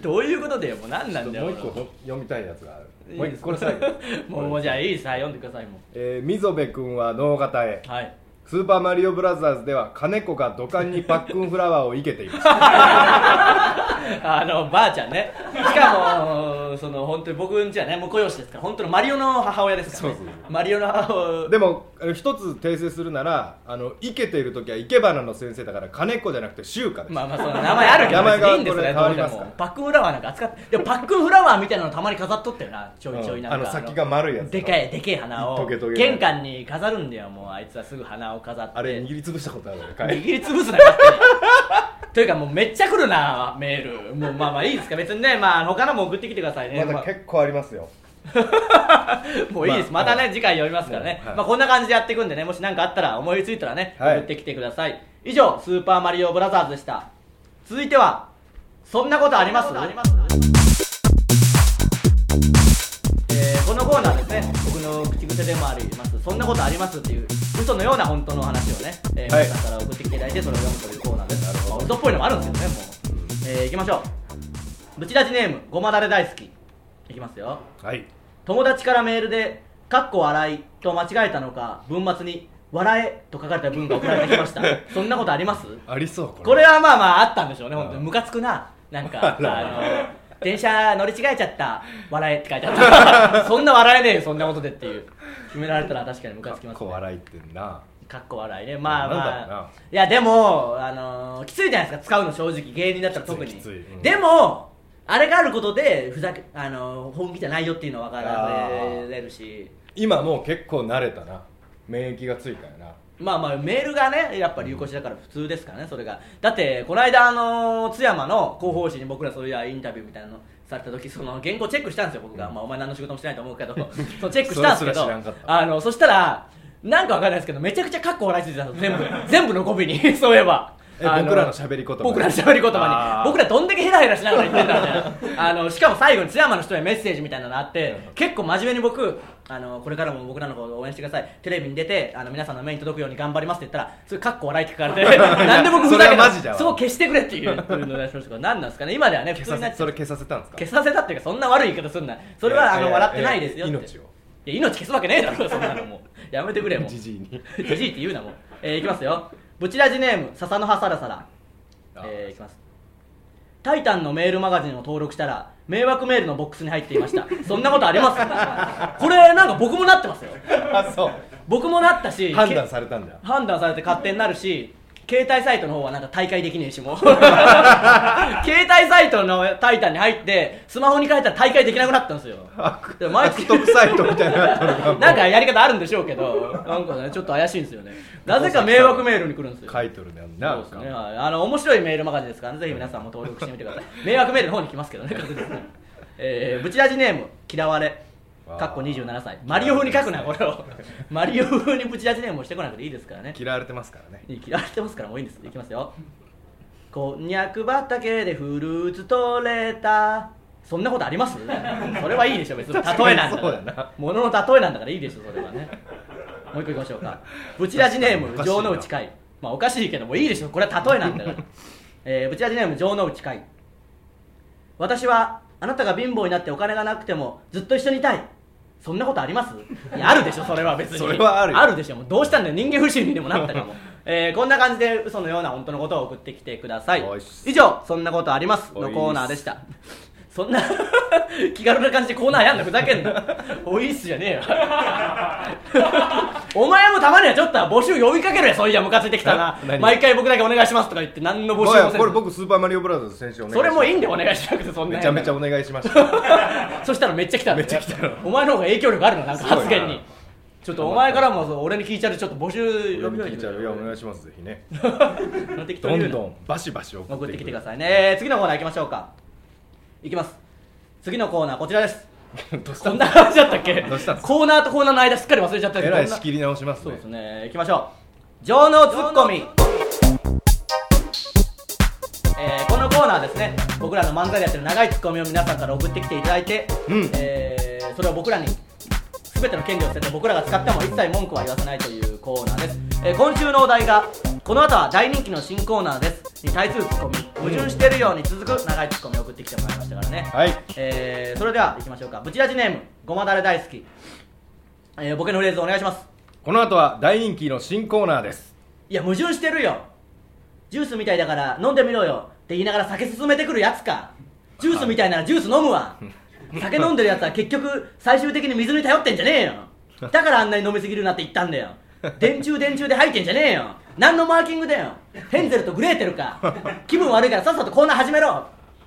Speaker 1: どういうことだよもう何なんだよ
Speaker 2: もう一個読みたいやつがある
Speaker 1: 俺
Speaker 2: もう一個これ最後
Speaker 1: もうもうじゃあいいさ読んでくださいも
Speaker 2: えー、溝部君は脳型へ
Speaker 1: うはい
Speaker 2: スーパーマリオブラザーズでは金子が土管にパックンフラワーを生けていました
Speaker 1: あのばあちゃんねしかもその本当に僕んちはね婿養子ですから本当のマリオの母親ですから、ね、
Speaker 2: そうそう
Speaker 1: マリオの母親
Speaker 2: でもあの一つ訂正するならあの生けている時は生け花の先生だから金子じゃなくて秀花です、
Speaker 1: まあまあその名前あるけど
Speaker 2: 名前が
Speaker 1: 別にいいんですよ
Speaker 2: これ
Speaker 1: ね
Speaker 2: 変わ
Speaker 1: どう
Speaker 2: り
Speaker 1: で
Speaker 2: ますから
Speaker 1: もパックンフラワーなんか扱ってでもパックンフラワーみたいなのたまに飾っとったよなちょいちょいなんか、
Speaker 2: うんあの先が丸いやつ
Speaker 1: でかいでけえ花を
Speaker 2: トゲトゲ
Speaker 1: 玄関に飾るんだよもうあいつはすぐ花を飾って
Speaker 2: あれ握りつぶしたことあるよ
Speaker 1: 握
Speaker 2: ね
Speaker 1: りつぶすな勝手にというかもうめっちゃ来るなメールもうまあまあいいですか別にねまあ他のも送ってきてくださいねま
Speaker 2: まだ
Speaker 1: あ
Speaker 2: 結構ありますよ
Speaker 1: もういいです、
Speaker 2: ま
Speaker 1: ま
Speaker 2: あ
Speaker 1: たね、次回読みますからね、
Speaker 2: はい
Speaker 1: まあ、こんな感じでやっていくんでね、もし何かあったら、思いついたらね、
Speaker 2: はい
Speaker 1: 送ってきてください。以上、スーパーマリオブラザーズでした。続いては、そんなことありますえーこのコーナーですね、僕の口癖でもあります、そんなことありますっていう、嘘のような本当の話をね、えー
Speaker 2: はい
Speaker 1: 皆さんから送ってきていただいて、それを読むというコーナーです。まあ嘘っぽいのもあるんですけどね、もう。えー、いきましょう。ブチラジネーム、ごまだれ大好き。いきますよ。
Speaker 2: はい
Speaker 1: 友達からメールで「かっこ笑い」と間違えたのか文末に「笑え」と書かれた文が送られてき ましたそんなことあります
Speaker 2: ありそうこ
Speaker 1: これはまあまああったんでしょうね本当
Speaker 2: う
Speaker 1: に
Speaker 2: ん
Speaker 1: ムカつくななん
Speaker 2: あ
Speaker 1: かあ
Speaker 2: ら
Speaker 1: の電車乗り違えちゃった笑えって書いてあった そんな笑えねえよそんなことでっていう決められたら確かにムカつき
Speaker 2: か
Speaker 1: ま
Speaker 2: っ
Speaker 1: す
Speaker 2: こ
Speaker 1: ね
Speaker 2: 笑いってんな
Speaker 1: かっこ笑いねまあ
Speaker 2: なんだろう
Speaker 1: ま
Speaker 2: な
Speaker 1: あいやでも、あのーきついじゃないですか使うの正直芸人だったら特に
Speaker 2: きついきついうん
Speaker 1: でもあれがあることでふざけ、あのー本気じゃないよっていうのは分から
Speaker 2: あー
Speaker 1: れるし
Speaker 2: 今もう結構慣れたな免疫がついたよな
Speaker 1: まあまあメールがねやっぱ流行しだから普通ですからねそれがだってこの間あのー津山の広報誌に僕らそういうインタビューみたいなのされた時その原稿チェックしたんですよ僕が、まあ、お前何の仕事もしてないと思うけど そのチェックしたんですけ
Speaker 2: それすら
Speaker 1: ど
Speaker 2: 知らんかった
Speaker 1: あのそしたらなんかわかんないですけどめちゃくちゃかっこ笑いついてたんです全部全部の語尾に そういえば
Speaker 2: え
Speaker 1: あ
Speaker 2: 僕らの喋り言葉
Speaker 1: 僕らの喋り言葉
Speaker 2: あー
Speaker 1: に僕らどんだけヘラヘラしながら言ってたん だよあのしかも最後に津山の人へメッセージみたいなのあって結構真面目に僕あのこれからも僕らのことを応援してくださいテレビに出てあの皆さんの目に届くように頑張りますって言ったらすごいかっこ笑いって書か れてなんで僕ふざけ
Speaker 2: それは
Speaker 1: た
Speaker 2: マジだわ
Speaker 1: そこ消してくれっていういうのを出しましたけど何なんですかね今ではね普
Speaker 2: 消
Speaker 1: 通にな
Speaker 2: さ
Speaker 1: っち
Speaker 2: せ
Speaker 1: ゃ
Speaker 2: そうれ消させたんですか
Speaker 1: 消させたっていうかそんな悪い言い方すんなそれ
Speaker 2: いや
Speaker 1: はあ
Speaker 2: いや
Speaker 1: の
Speaker 2: いや
Speaker 1: 笑ってないですよって
Speaker 2: いや命を
Speaker 1: いや命消すわけねえだろそんなのもうやめてくれもう
Speaker 2: じじいに
Speaker 1: じじいって言うなもうえーいきますよブチラジネーム笹の葉サラサラえーいきますタイタンのメールマガジンを登録したら迷惑メールのボックスに入っていま したそんなことありますこれなんか僕もなってますよ
Speaker 2: あ そう
Speaker 1: 僕もなったし
Speaker 2: 判断されたんだ
Speaker 1: 判断されて勝手になるし携帯サイトの方はなんか大会できねえし もう携帯サイトの「タイタン」に入ってスマホに変えたら大会できなくなったんです よ
Speaker 2: 悪
Speaker 1: でも毎
Speaker 2: 悪
Speaker 1: 月
Speaker 2: 徳サイトみたいになったのがもう
Speaker 1: なんかやり方あるんでしょうけどなんかねちょっと怪しいんですよねなぜか迷惑メールに来るんですよ
Speaker 2: 書いとるねあんな
Speaker 1: そ
Speaker 2: な
Speaker 1: うんです
Speaker 2: か
Speaker 1: ね、はいあの面白いメールマガジンですから、ね、ぜひ皆さんも登録してみてくださ い迷惑メールの方に来ますけどね確実に、えー、ブチラジネーム嫌われ
Speaker 2: わー
Speaker 1: かっこ27歳マリオ風に書くなこ れをマリオ風にブチラジネームをしてこなくていいですからね
Speaker 2: 嫌われてますからね
Speaker 1: 嫌われてますからもういいんですいきますよこんにゃく畑でフルーツ取れたそんなことありますそれはいいでしょ別に例えなん
Speaker 2: 確かに
Speaker 1: だか
Speaker 2: そうだ
Speaker 1: ら
Speaker 2: な
Speaker 1: 物の例えなんだからいいでしょそれはねもう一個いきましょうかブチラジネー
Speaker 2: お
Speaker 1: ム
Speaker 2: かしいな
Speaker 1: 城之内海まあおかしいけどもういいでしょこれは例えなんだから、えー、ブチラジネーム城之内海私はあなたが貧乏になってお金がなくてもずっと一緒にいたいそんなことありますいやあるでしょそれは別に
Speaker 2: それはあるよ
Speaker 1: あるでしょもうどうしたんだよ人間不信にでもなった かも、えーこんな感じで嘘のような本当のことを送ってきてください
Speaker 2: おいっす
Speaker 1: 以上「そんなことあります」のコーナーでしたそんな 気軽な感じでコーナーやんなふざけんなおいっすじゃねえよ お前もたまにはちょっとは募集呼びかけるやそういやムカついてきたな
Speaker 2: な 何
Speaker 1: 毎回僕だけお願いしますとか言って何の募
Speaker 2: こ
Speaker 1: 集も
Speaker 2: れ
Speaker 1: せ
Speaker 2: これ
Speaker 1: ず
Speaker 2: 僕スーパーマリオブラザーズ選手お願いし
Speaker 1: そ
Speaker 2: ま
Speaker 1: れ
Speaker 2: す
Speaker 1: もいいんでお願いしなくてそんな
Speaker 2: め
Speaker 1: ん
Speaker 2: ちゃ
Speaker 1: やん
Speaker 2: めちゃお願いしました
Speaker 1: そしたらめっちゃ来たの
Speaker 2: めっちゃ来たの
Speaker 1: お前の方が影響力あるのなんか
Speaker 2: すごいな
Speaker 1: 発言にちょっとお前からもそう俺に聞いちゃうちょっと募集呼びかけ
Speaker 2: 聞い
Speaker 1: て
Speaker 2: ちゃういやお願い
Speaker 1: し
Speaker 2: しますぜひね
Speaker 1: ます適当
Speaker 2: ど
Speaker 1: に
Speaker 2: ん
Speaker 1: 言う
Speaker 2: ど
Speaker 1: なん
Speaker 2: バシバシ送
Speaker 1: 送
Speaker 2: っ
Speaker 1: っててき
Speaker 2: き
Speaker 1: てく
Speaker 2: てくだ
Speaker 1: だ
Speaker 2: さ
Speaker 1: さいね次のコーナー行きましょうか行きます次のコーナーこちらです
Speaker 2: い どうした
Speaker 1: こんな感じだったっけ
Speaker 2: どうしたんです
Speaker 1: コーナーとコーナーの間すっかり忘れちゃったけ
Speaker 2: え
Speaker 1: ど
Speaker 2: らい
Speaker 1: こんな
Speaker 2: 仕切り直します
Speaker 1: そう
Speaker 2: ね
Speaker 1: ですね行きましょう情能ツッコミえーこのコーナーですね僕らの漫才でやってる長いツッコミを皆さんから送ってきていただいて、
Speaker 2: うん
Speaker 1: えーそれを僕らに全ての権利を捨てて僕らが使っても一切文句は言わせないというコーナーです、えー今週のお題が「この後は大人気の新コーナーです」に対するツッコミ矛盾してるように続く長いツッコミを送ってきてもらいましたからね、
Speaker 2: はい
Speaker 1: えーそれでは行きましょうかブチラジネームごまだれ大好き、えーボケのフレーズお願いします
Speaker 2: この後は大人気の新コーナーです
Speaker 1: いや矛盾してるよジュースみたいだから飲んでみろよって言いながら酒進めてくるやつかジュースみたいならジュース飲むわ酒飲んでるやつは結局最終的に水に頼ってんじゃねえよだからあんなに飲みすぎるなって言ったんだよ電柱電柱で吐いてんじゃねえよ何のマーキングだよヘンゼルとグレーテルか気分悪いからさっさとコーナー始めろ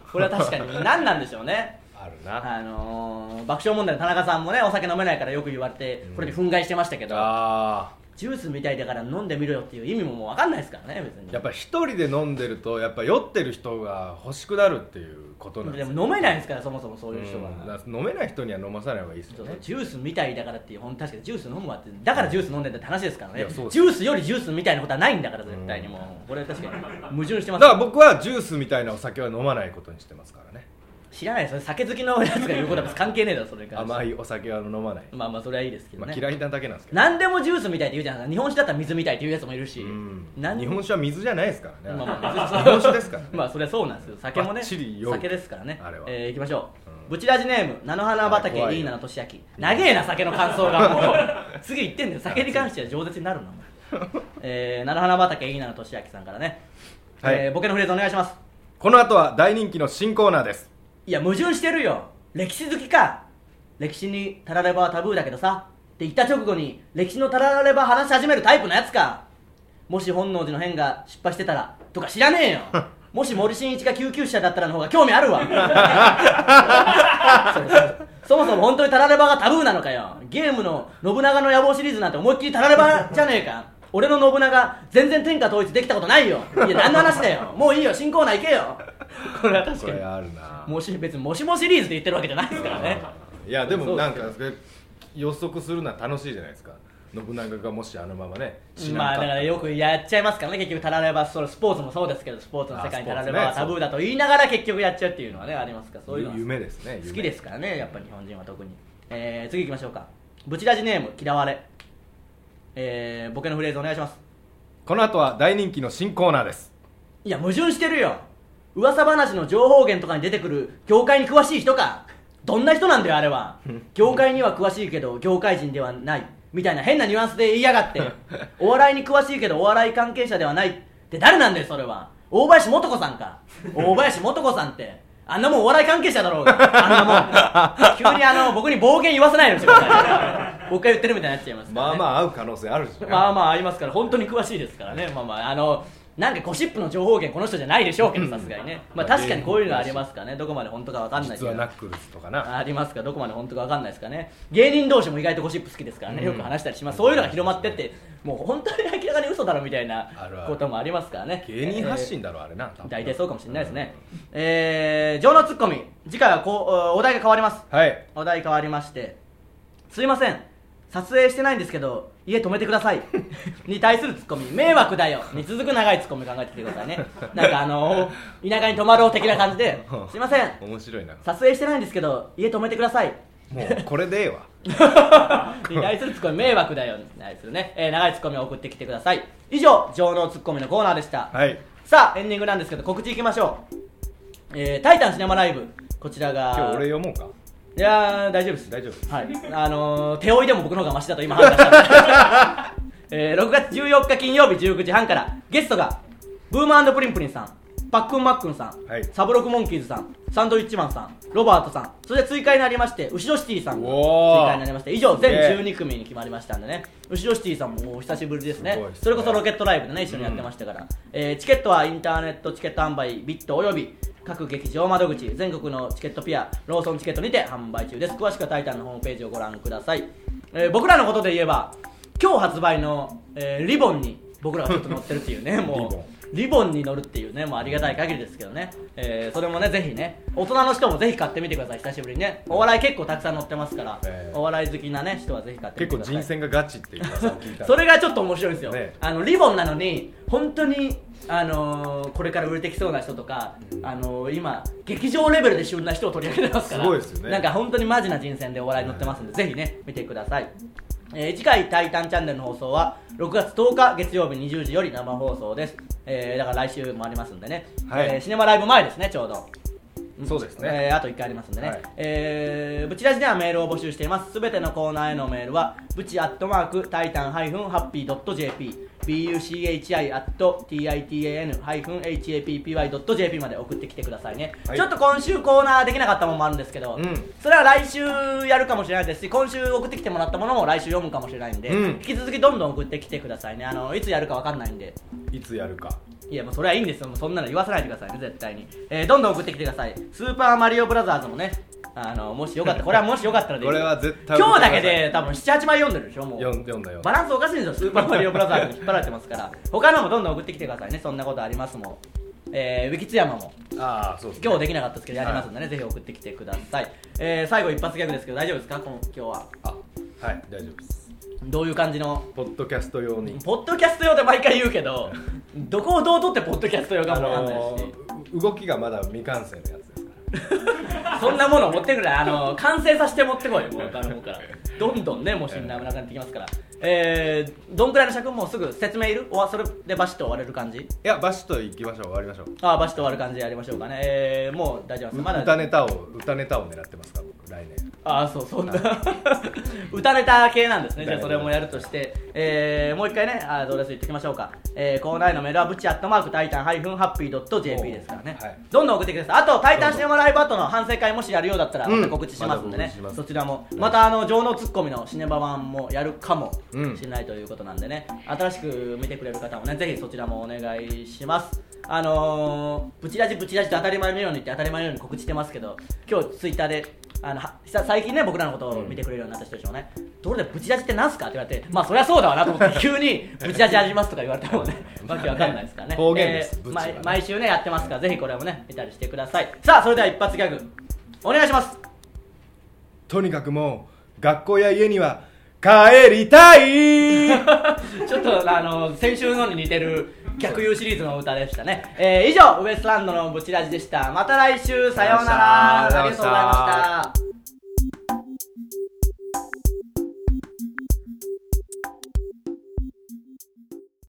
Speaker 1: これは確かに何なんでしょうね
Speaker 2: あるな
Speaker 1: あのー、爆笑問題の田中さんもねお酒飲めないからよく言われてこれに憤慨してましたけど、
Speaker 2: あ
Speaker 1: ジュースみたいだから飲んでみろよっていう意味ももう分かんないですからね別に
Speaker 2: ーやっぱ一人で飲んでるとやっぱ酔ってる人が欲しくなるっていうことなん
Speaker 1: で
Speaker 2: よ
Speaker 1: も飲めないですからそもそもそういう人が、
Speaker 2: うんだから飲めない人には飲まさない方がいいです
Speaker 1: そ
Speaker 2: よ
Speaker 1: うそう
Speaker 2: ね
Speaker 1: ジュースみたいだからっていう本当確かにジュース飲むわってだからジュース飲んでんだって話ですから
Speaker 2: い
Speaker 1: ね
Speaker 2: やそうです
Speaker 1: ジュースよりジュースみたいなことはないんだから絶対にもうこれは確かに矛盾してま
Speaker 2: だ
Speaker 1: す
Speaker 2: から僕はジュースみたいなお酒は飲まないことにしてますからね
Speaker 1: 知らないですよ酒好きのやつが言うことは別に関係ねえだろそれに関して
Speaker 2: 甘いお酒は飲まない、
Speaker 1: まあまあそれはいいですけど
Speaker 2: ま
Speaker 1: ね、
Speaker 2: あ、嫌いなだけなんですけど、
Speaker 1: 何でもジュースみたいって言うじゃないですか日本酒だったら水みたいって言うやつもいるし、
Speaker 2: うん
Speaker 1: 何
Speaker 2: 日本酒は水じゃないですからね、
Speaker 1: まあまあ
Speaker 2: 日本酒ですからね、
Speaker 1: まあそれはそうなんですよ酒もね
Speaker 2: ばっちり酔う
Speaker 1: 酒ですからね
Speaker 2: あれは
Speaker 1: えー、いきましょう、
Speaker 2: うん
Speaker 1: ブチラジネーム菜の花畑
Speaker 2: 怖いよ
Speaker 1: リーナのとしあき長えな酒の感想 がもう次言ってんだよ酒に関しては饒舌になるの えー、菜の花畑リーナのとしあきさんからね、
Speaker 2: はい
Speaker 1: えーボケのフレーズお願いします
Speaker 2: この後は大人気の新コーナーです
Speaker 1: いや矛盾してるよ歴史好きか歴史にたらればはタブーだけどさって言った直後に歴史のたられば話し始めるタイプのやつかもし本能寺の変が失敗してたらとか知らねえよもし森進一が救急車だったらの方が興味あるわそうそうそもそも本当にタラレバがタブーなのかよゲームの信長の野望シリーズなんて思いっきりタラレバじゃねえか俺の信長全然天下統一できたことないよいや何の話だよもういいよ新コーナー行けよこれは 確
Speaker 2: こ
Speaker 1: か
Speaker 2: れ
Speaker 1: に
Speaker 2: あるな
Speaker 1: もし別にもしもシリーズで言ってるわけじゃないですからね
Speaker 2: いやでもなんか予測するのは楽しいじゃないですか信長がもしあのままね死な
Speaker 1: まあだ
Speaker 2: んかっ
Speaker 1: か
Speaker 2: た
Speaker 1: ら
Speaker 2: ら
Speaker 1: よくやっちゃいますからね結局タラレバそのスポーツもそうですけどスポーツの世界にタ
Speaker 2: あスポ
Speaker 1: ラ
Speaker 2: ーツ
Speaker 1: レ
Speaker 2: ね
Speaker 1: バはタブーだと言いながら結局やっちゃうっていうのはねありますからそういうのは
Speaker 2: 夢ですね夢
Speaker 1: 好きですからねやっぱ日本人は特に、えー、次行きましょうかブチラジネーム嫌われえー、ボケのフレーズお願いします
Speaker 2: この後は大人気の新コーナーです
Speaker 1: いや矛盾してるよ噂話の情報源とかに出てくる業界に詳しい人かどんな人なんだよあれ は業界には詳しいけど業界人ではないみたいな変なニュアンスで言いやがってお笑いに詳しいけどお笑い関係者ではないって誰なんだよそれは大林素子さんか大林素子さんってあんなもんお笑い関係者だろうがあんなもん急にあの僕に暴言言わせないようにしてください僕が言ってるみたいになっちゃいますから
Speaker 2: まあ
Speaker 1: ね
Speaker 2: まあ合う可能性あるし、ね、
Speaker 1: まあまあありますから本当に詳しいですからねまあまああのなんかゴシップの情報源この人じゃないでしょうけどさすがにねまあ確かにこういうのありますからねどこまで本当かわかんないけ
Speaker 2: 実
Speaker 1: ど
Speaker 2: はナックルズとかな
Speaker 1: ありますからどこまで本当かわかんないですからね芸人同士も意外とゴシップ好きですからね
Speaker 2: うん
Speaker 1: よく話したりしますそういうのが広まってってもう本当に明らかに嘘だろみたいな
Speaker 2: あるある
Speaker 1: こともありますからね
Speaker 2: 芸人発信だろあれな多分
Speaker 1: 大体そうかもしれないですね、えー、情のツッコミ次回はこうお題が変わります
Speaker 2: はい
Speaker 1: お題変わりましてすいません撮影してないんですけど家止めてくだ さいに対するツッコミ迷惑だよに続く長いツッコミ考えてきてくださいねなんかあの田舎に泊まろう的な感じですいません
Speaker 2: 面白いな
Speaker 1: 撮影してないんですけど家止めてください
Speaker 2: もうこれでええわ
Speaker 1: に対するツッコミ迷惑だよに対するね、えー長いツッコミを送ってきてください以上情能ツッコミのコーナーでした、
Speaker 2: はい
Speaker 1: さあエンディングなんですけど告知いきましょう「えータイタンシネマライブ」こちらが
Speaker 2: 今日俺読もうか
Speaker 1: いやー大丈夫です
Speaker 2: 大丈夫
Speaker 1: はいあのー手負いでも僕の方がマシだと今判断したんで、 えー6月14日金曜日19時半からゲストがブームプリンプリンさんパックンマックンさん、
Speaker 2: はい
Speaker 1: サブロクモンキーズさんサンドウィッチマンさんロバートさんそして追加になりまして後ろシティさんが追
Speaker 2: おー
Speaker 1: 加になりまして以上全
Speaker 2: すげえ
Speaker 1: 12組に決まりましたんでね後ろシティさんもお久しぶりですね
Speaker 2: すごいですね
Speaker 1: それこそロケットライブでね一緒にやってましたから、えーチケットはインターネットチケット販売ビットおよび各劇場窓口全国のチケットピアローソンチケットにて販売中です詳しくは「タイタン」のホームページをご覧ください、えー僕らのことで言えば今日発売の、えーリボンに僕らがちょっと乗ってるっていう ねもうリボンに乗るっていうねもうありがたい限りですけどね、えーそれもねぜひね大人の人もぜひ買ってみてください久しぶりにねお笑い結構たくさん乗ってますから、
Speaker 2: えー
Speaker 1: お笑い好きなね人はぜひ買ってみて
Speaker 2: 結
Speaker 1: く
Speaker 2: 構
Speaker 1: ださい
Speaker 2: 人選がガチっていう噂を聞いた
Speaker 1: それがちょっと面白いんですよ、
Speaker 2: ね
Speaker 1: あのリボンなのに本当にあのーこれから売れてきそうな人とか、あのー今劇場レベルで旬な人を取り上げてますから
Speaker 2: すごいですよね
Speaker 1: なんか本当にマジな人選でお笑いに乗ってますんで、ぜひね見てください、えー次回「タイタンチャンネル」の放送は6月10日月曜日20時より生放送です、えーだから来週もありますんでね、
Speaker 2: はい
Speaker 1: えーシネマライブ前ですねちょうど
Speaker 2: そうですね
Speaker 1: えーあと1回ありますんでね、
Speaker 2: はい
Speaker 1: えーブチラジではメールを募集していますすべてのコーナーへのメールはブチアットマークタイタンハイフンハッピードット JP buchi アット titan ハイフン happy ドット JP まで送ってきてくださいね、
Speaker 2: はい
Speaker 1: ちょっと今週コーナーできなかったものもあるんですけど、
Speaker 2: うん
Speaker 1: それは来週やるかもしれないですし今週送ってきてもらったものも来週読むかもしれないんで、
Speaker 2: うん
Speaker 1: 引き続きどんどん送ってきてくださいねあのいつやるかわかんないんで
Speaker 2: いつやるか
Speaker 1: いやもうそれはいいんですよもうそんなの言わせないでくださいね絶対に、えーどんどん送ってきてくださいスーパーマリオブラザーズもねあのもしよかったこれはもしよかったらでいい
Speaker 2: これは絶対
Speaker 1: 今日だけで多分78枚読んでるでしょも
Speaker 2: 読
Speaker 1: う
Speaker 2: ん読んだよ
Speaker 1: バランスおかしいんですよスーパーマリオブラザーズに引っ張られてますから他のもどんどん送ってきてくださいねそんなことありますもんえー、ウィキツヤマも
Speaker 2: ああそうですね
Speaker 1: 今日できなかったですけどやりますんでね、ぜひ送ってきてください、えー、最後一発ギャグですけど大丈夫ですかこの今日は
Speaker 2: あはい大丈夫です
Speaker 1: どういう感じの
Speaker 2: ポッドキャスト用に
Speaker 1: ポッドキャスト用で毎回言うけどどこをどう取ってポッドキャスト用か
Speaker 2: あ
Speaker 1: もわかんないし、
Speaker 2: のー動きがまだ未完成のやつですか
Speaker 1: そんなもの持ってくれあ の完成させて持ってこいもう他の方からどんどんねもう死んだなくなってきますからえー、どんくらいの尺もうすぐ説明いるおわそれでバシッと終われる感じ
Speaker 2: らいやバシッと行きましょう終わりましょう
Speaker 1: ああバシッと終わる感じでやりましょうかねえー、もう大丈夫ですま
Speaker 2: 歌
Speaker 1: だ
Speaker 2: ネタを歌ネタを狙ってますか僕来年
Speaker 1: ああそうそんな 歌ネタ系なんですねじゃあそれもやるとしてえー、もう一回ねあーアドレス言っておきましょうかえー、コーナーへのメールはぶちアットマークタイタンハイフンハッピードット JP ですからね、
Speaker 2: はい
Speaker 1: どんどん送ってきてくださいあと「タイタンシネマライブ」後の反省会もしやるようだったら
Speaker 2: うん
Speaker 1: また告知しますんで
Speaker 2: ま
Speaker 1: ね
Speaker 2: た告知し、ます
Speaker 1: そちらもまたあの情能ツッコミのシネマ版もやるかも
Speaker 2: うん
Speaker 1: しれないということなんでね、新しく見てくれる方もねぜひそちらもお願いしますあのー、ブチラジブチラジと当たり前のようにって当たり前のように告知してますけど今日ツイッターであのはさ最近ね僕らのことを見てくれるようになった人でしょうね、ところでブチラジってなんすかって言われてまあそりゃそうだわなと思って急にブチラジ始めますとか言われて もねわけわかんないですからね
Speaker 2: 方言ですブチはね
Speaker 1: 毎毎週ねやってますからぜひこれもね見たりしてくださいさあそれでは一発ギャグお願いします
Speaker 2: とにかくもう学校や家には帰りたい
Speaker 1: ちょっとあの先週のに似てる逆言うシリーズの歌でしたね、えー以上ウエストランドのブチラジでしたまた来週さようなら
Speaker 2: さようなら
Speaker 1: ありがとうございました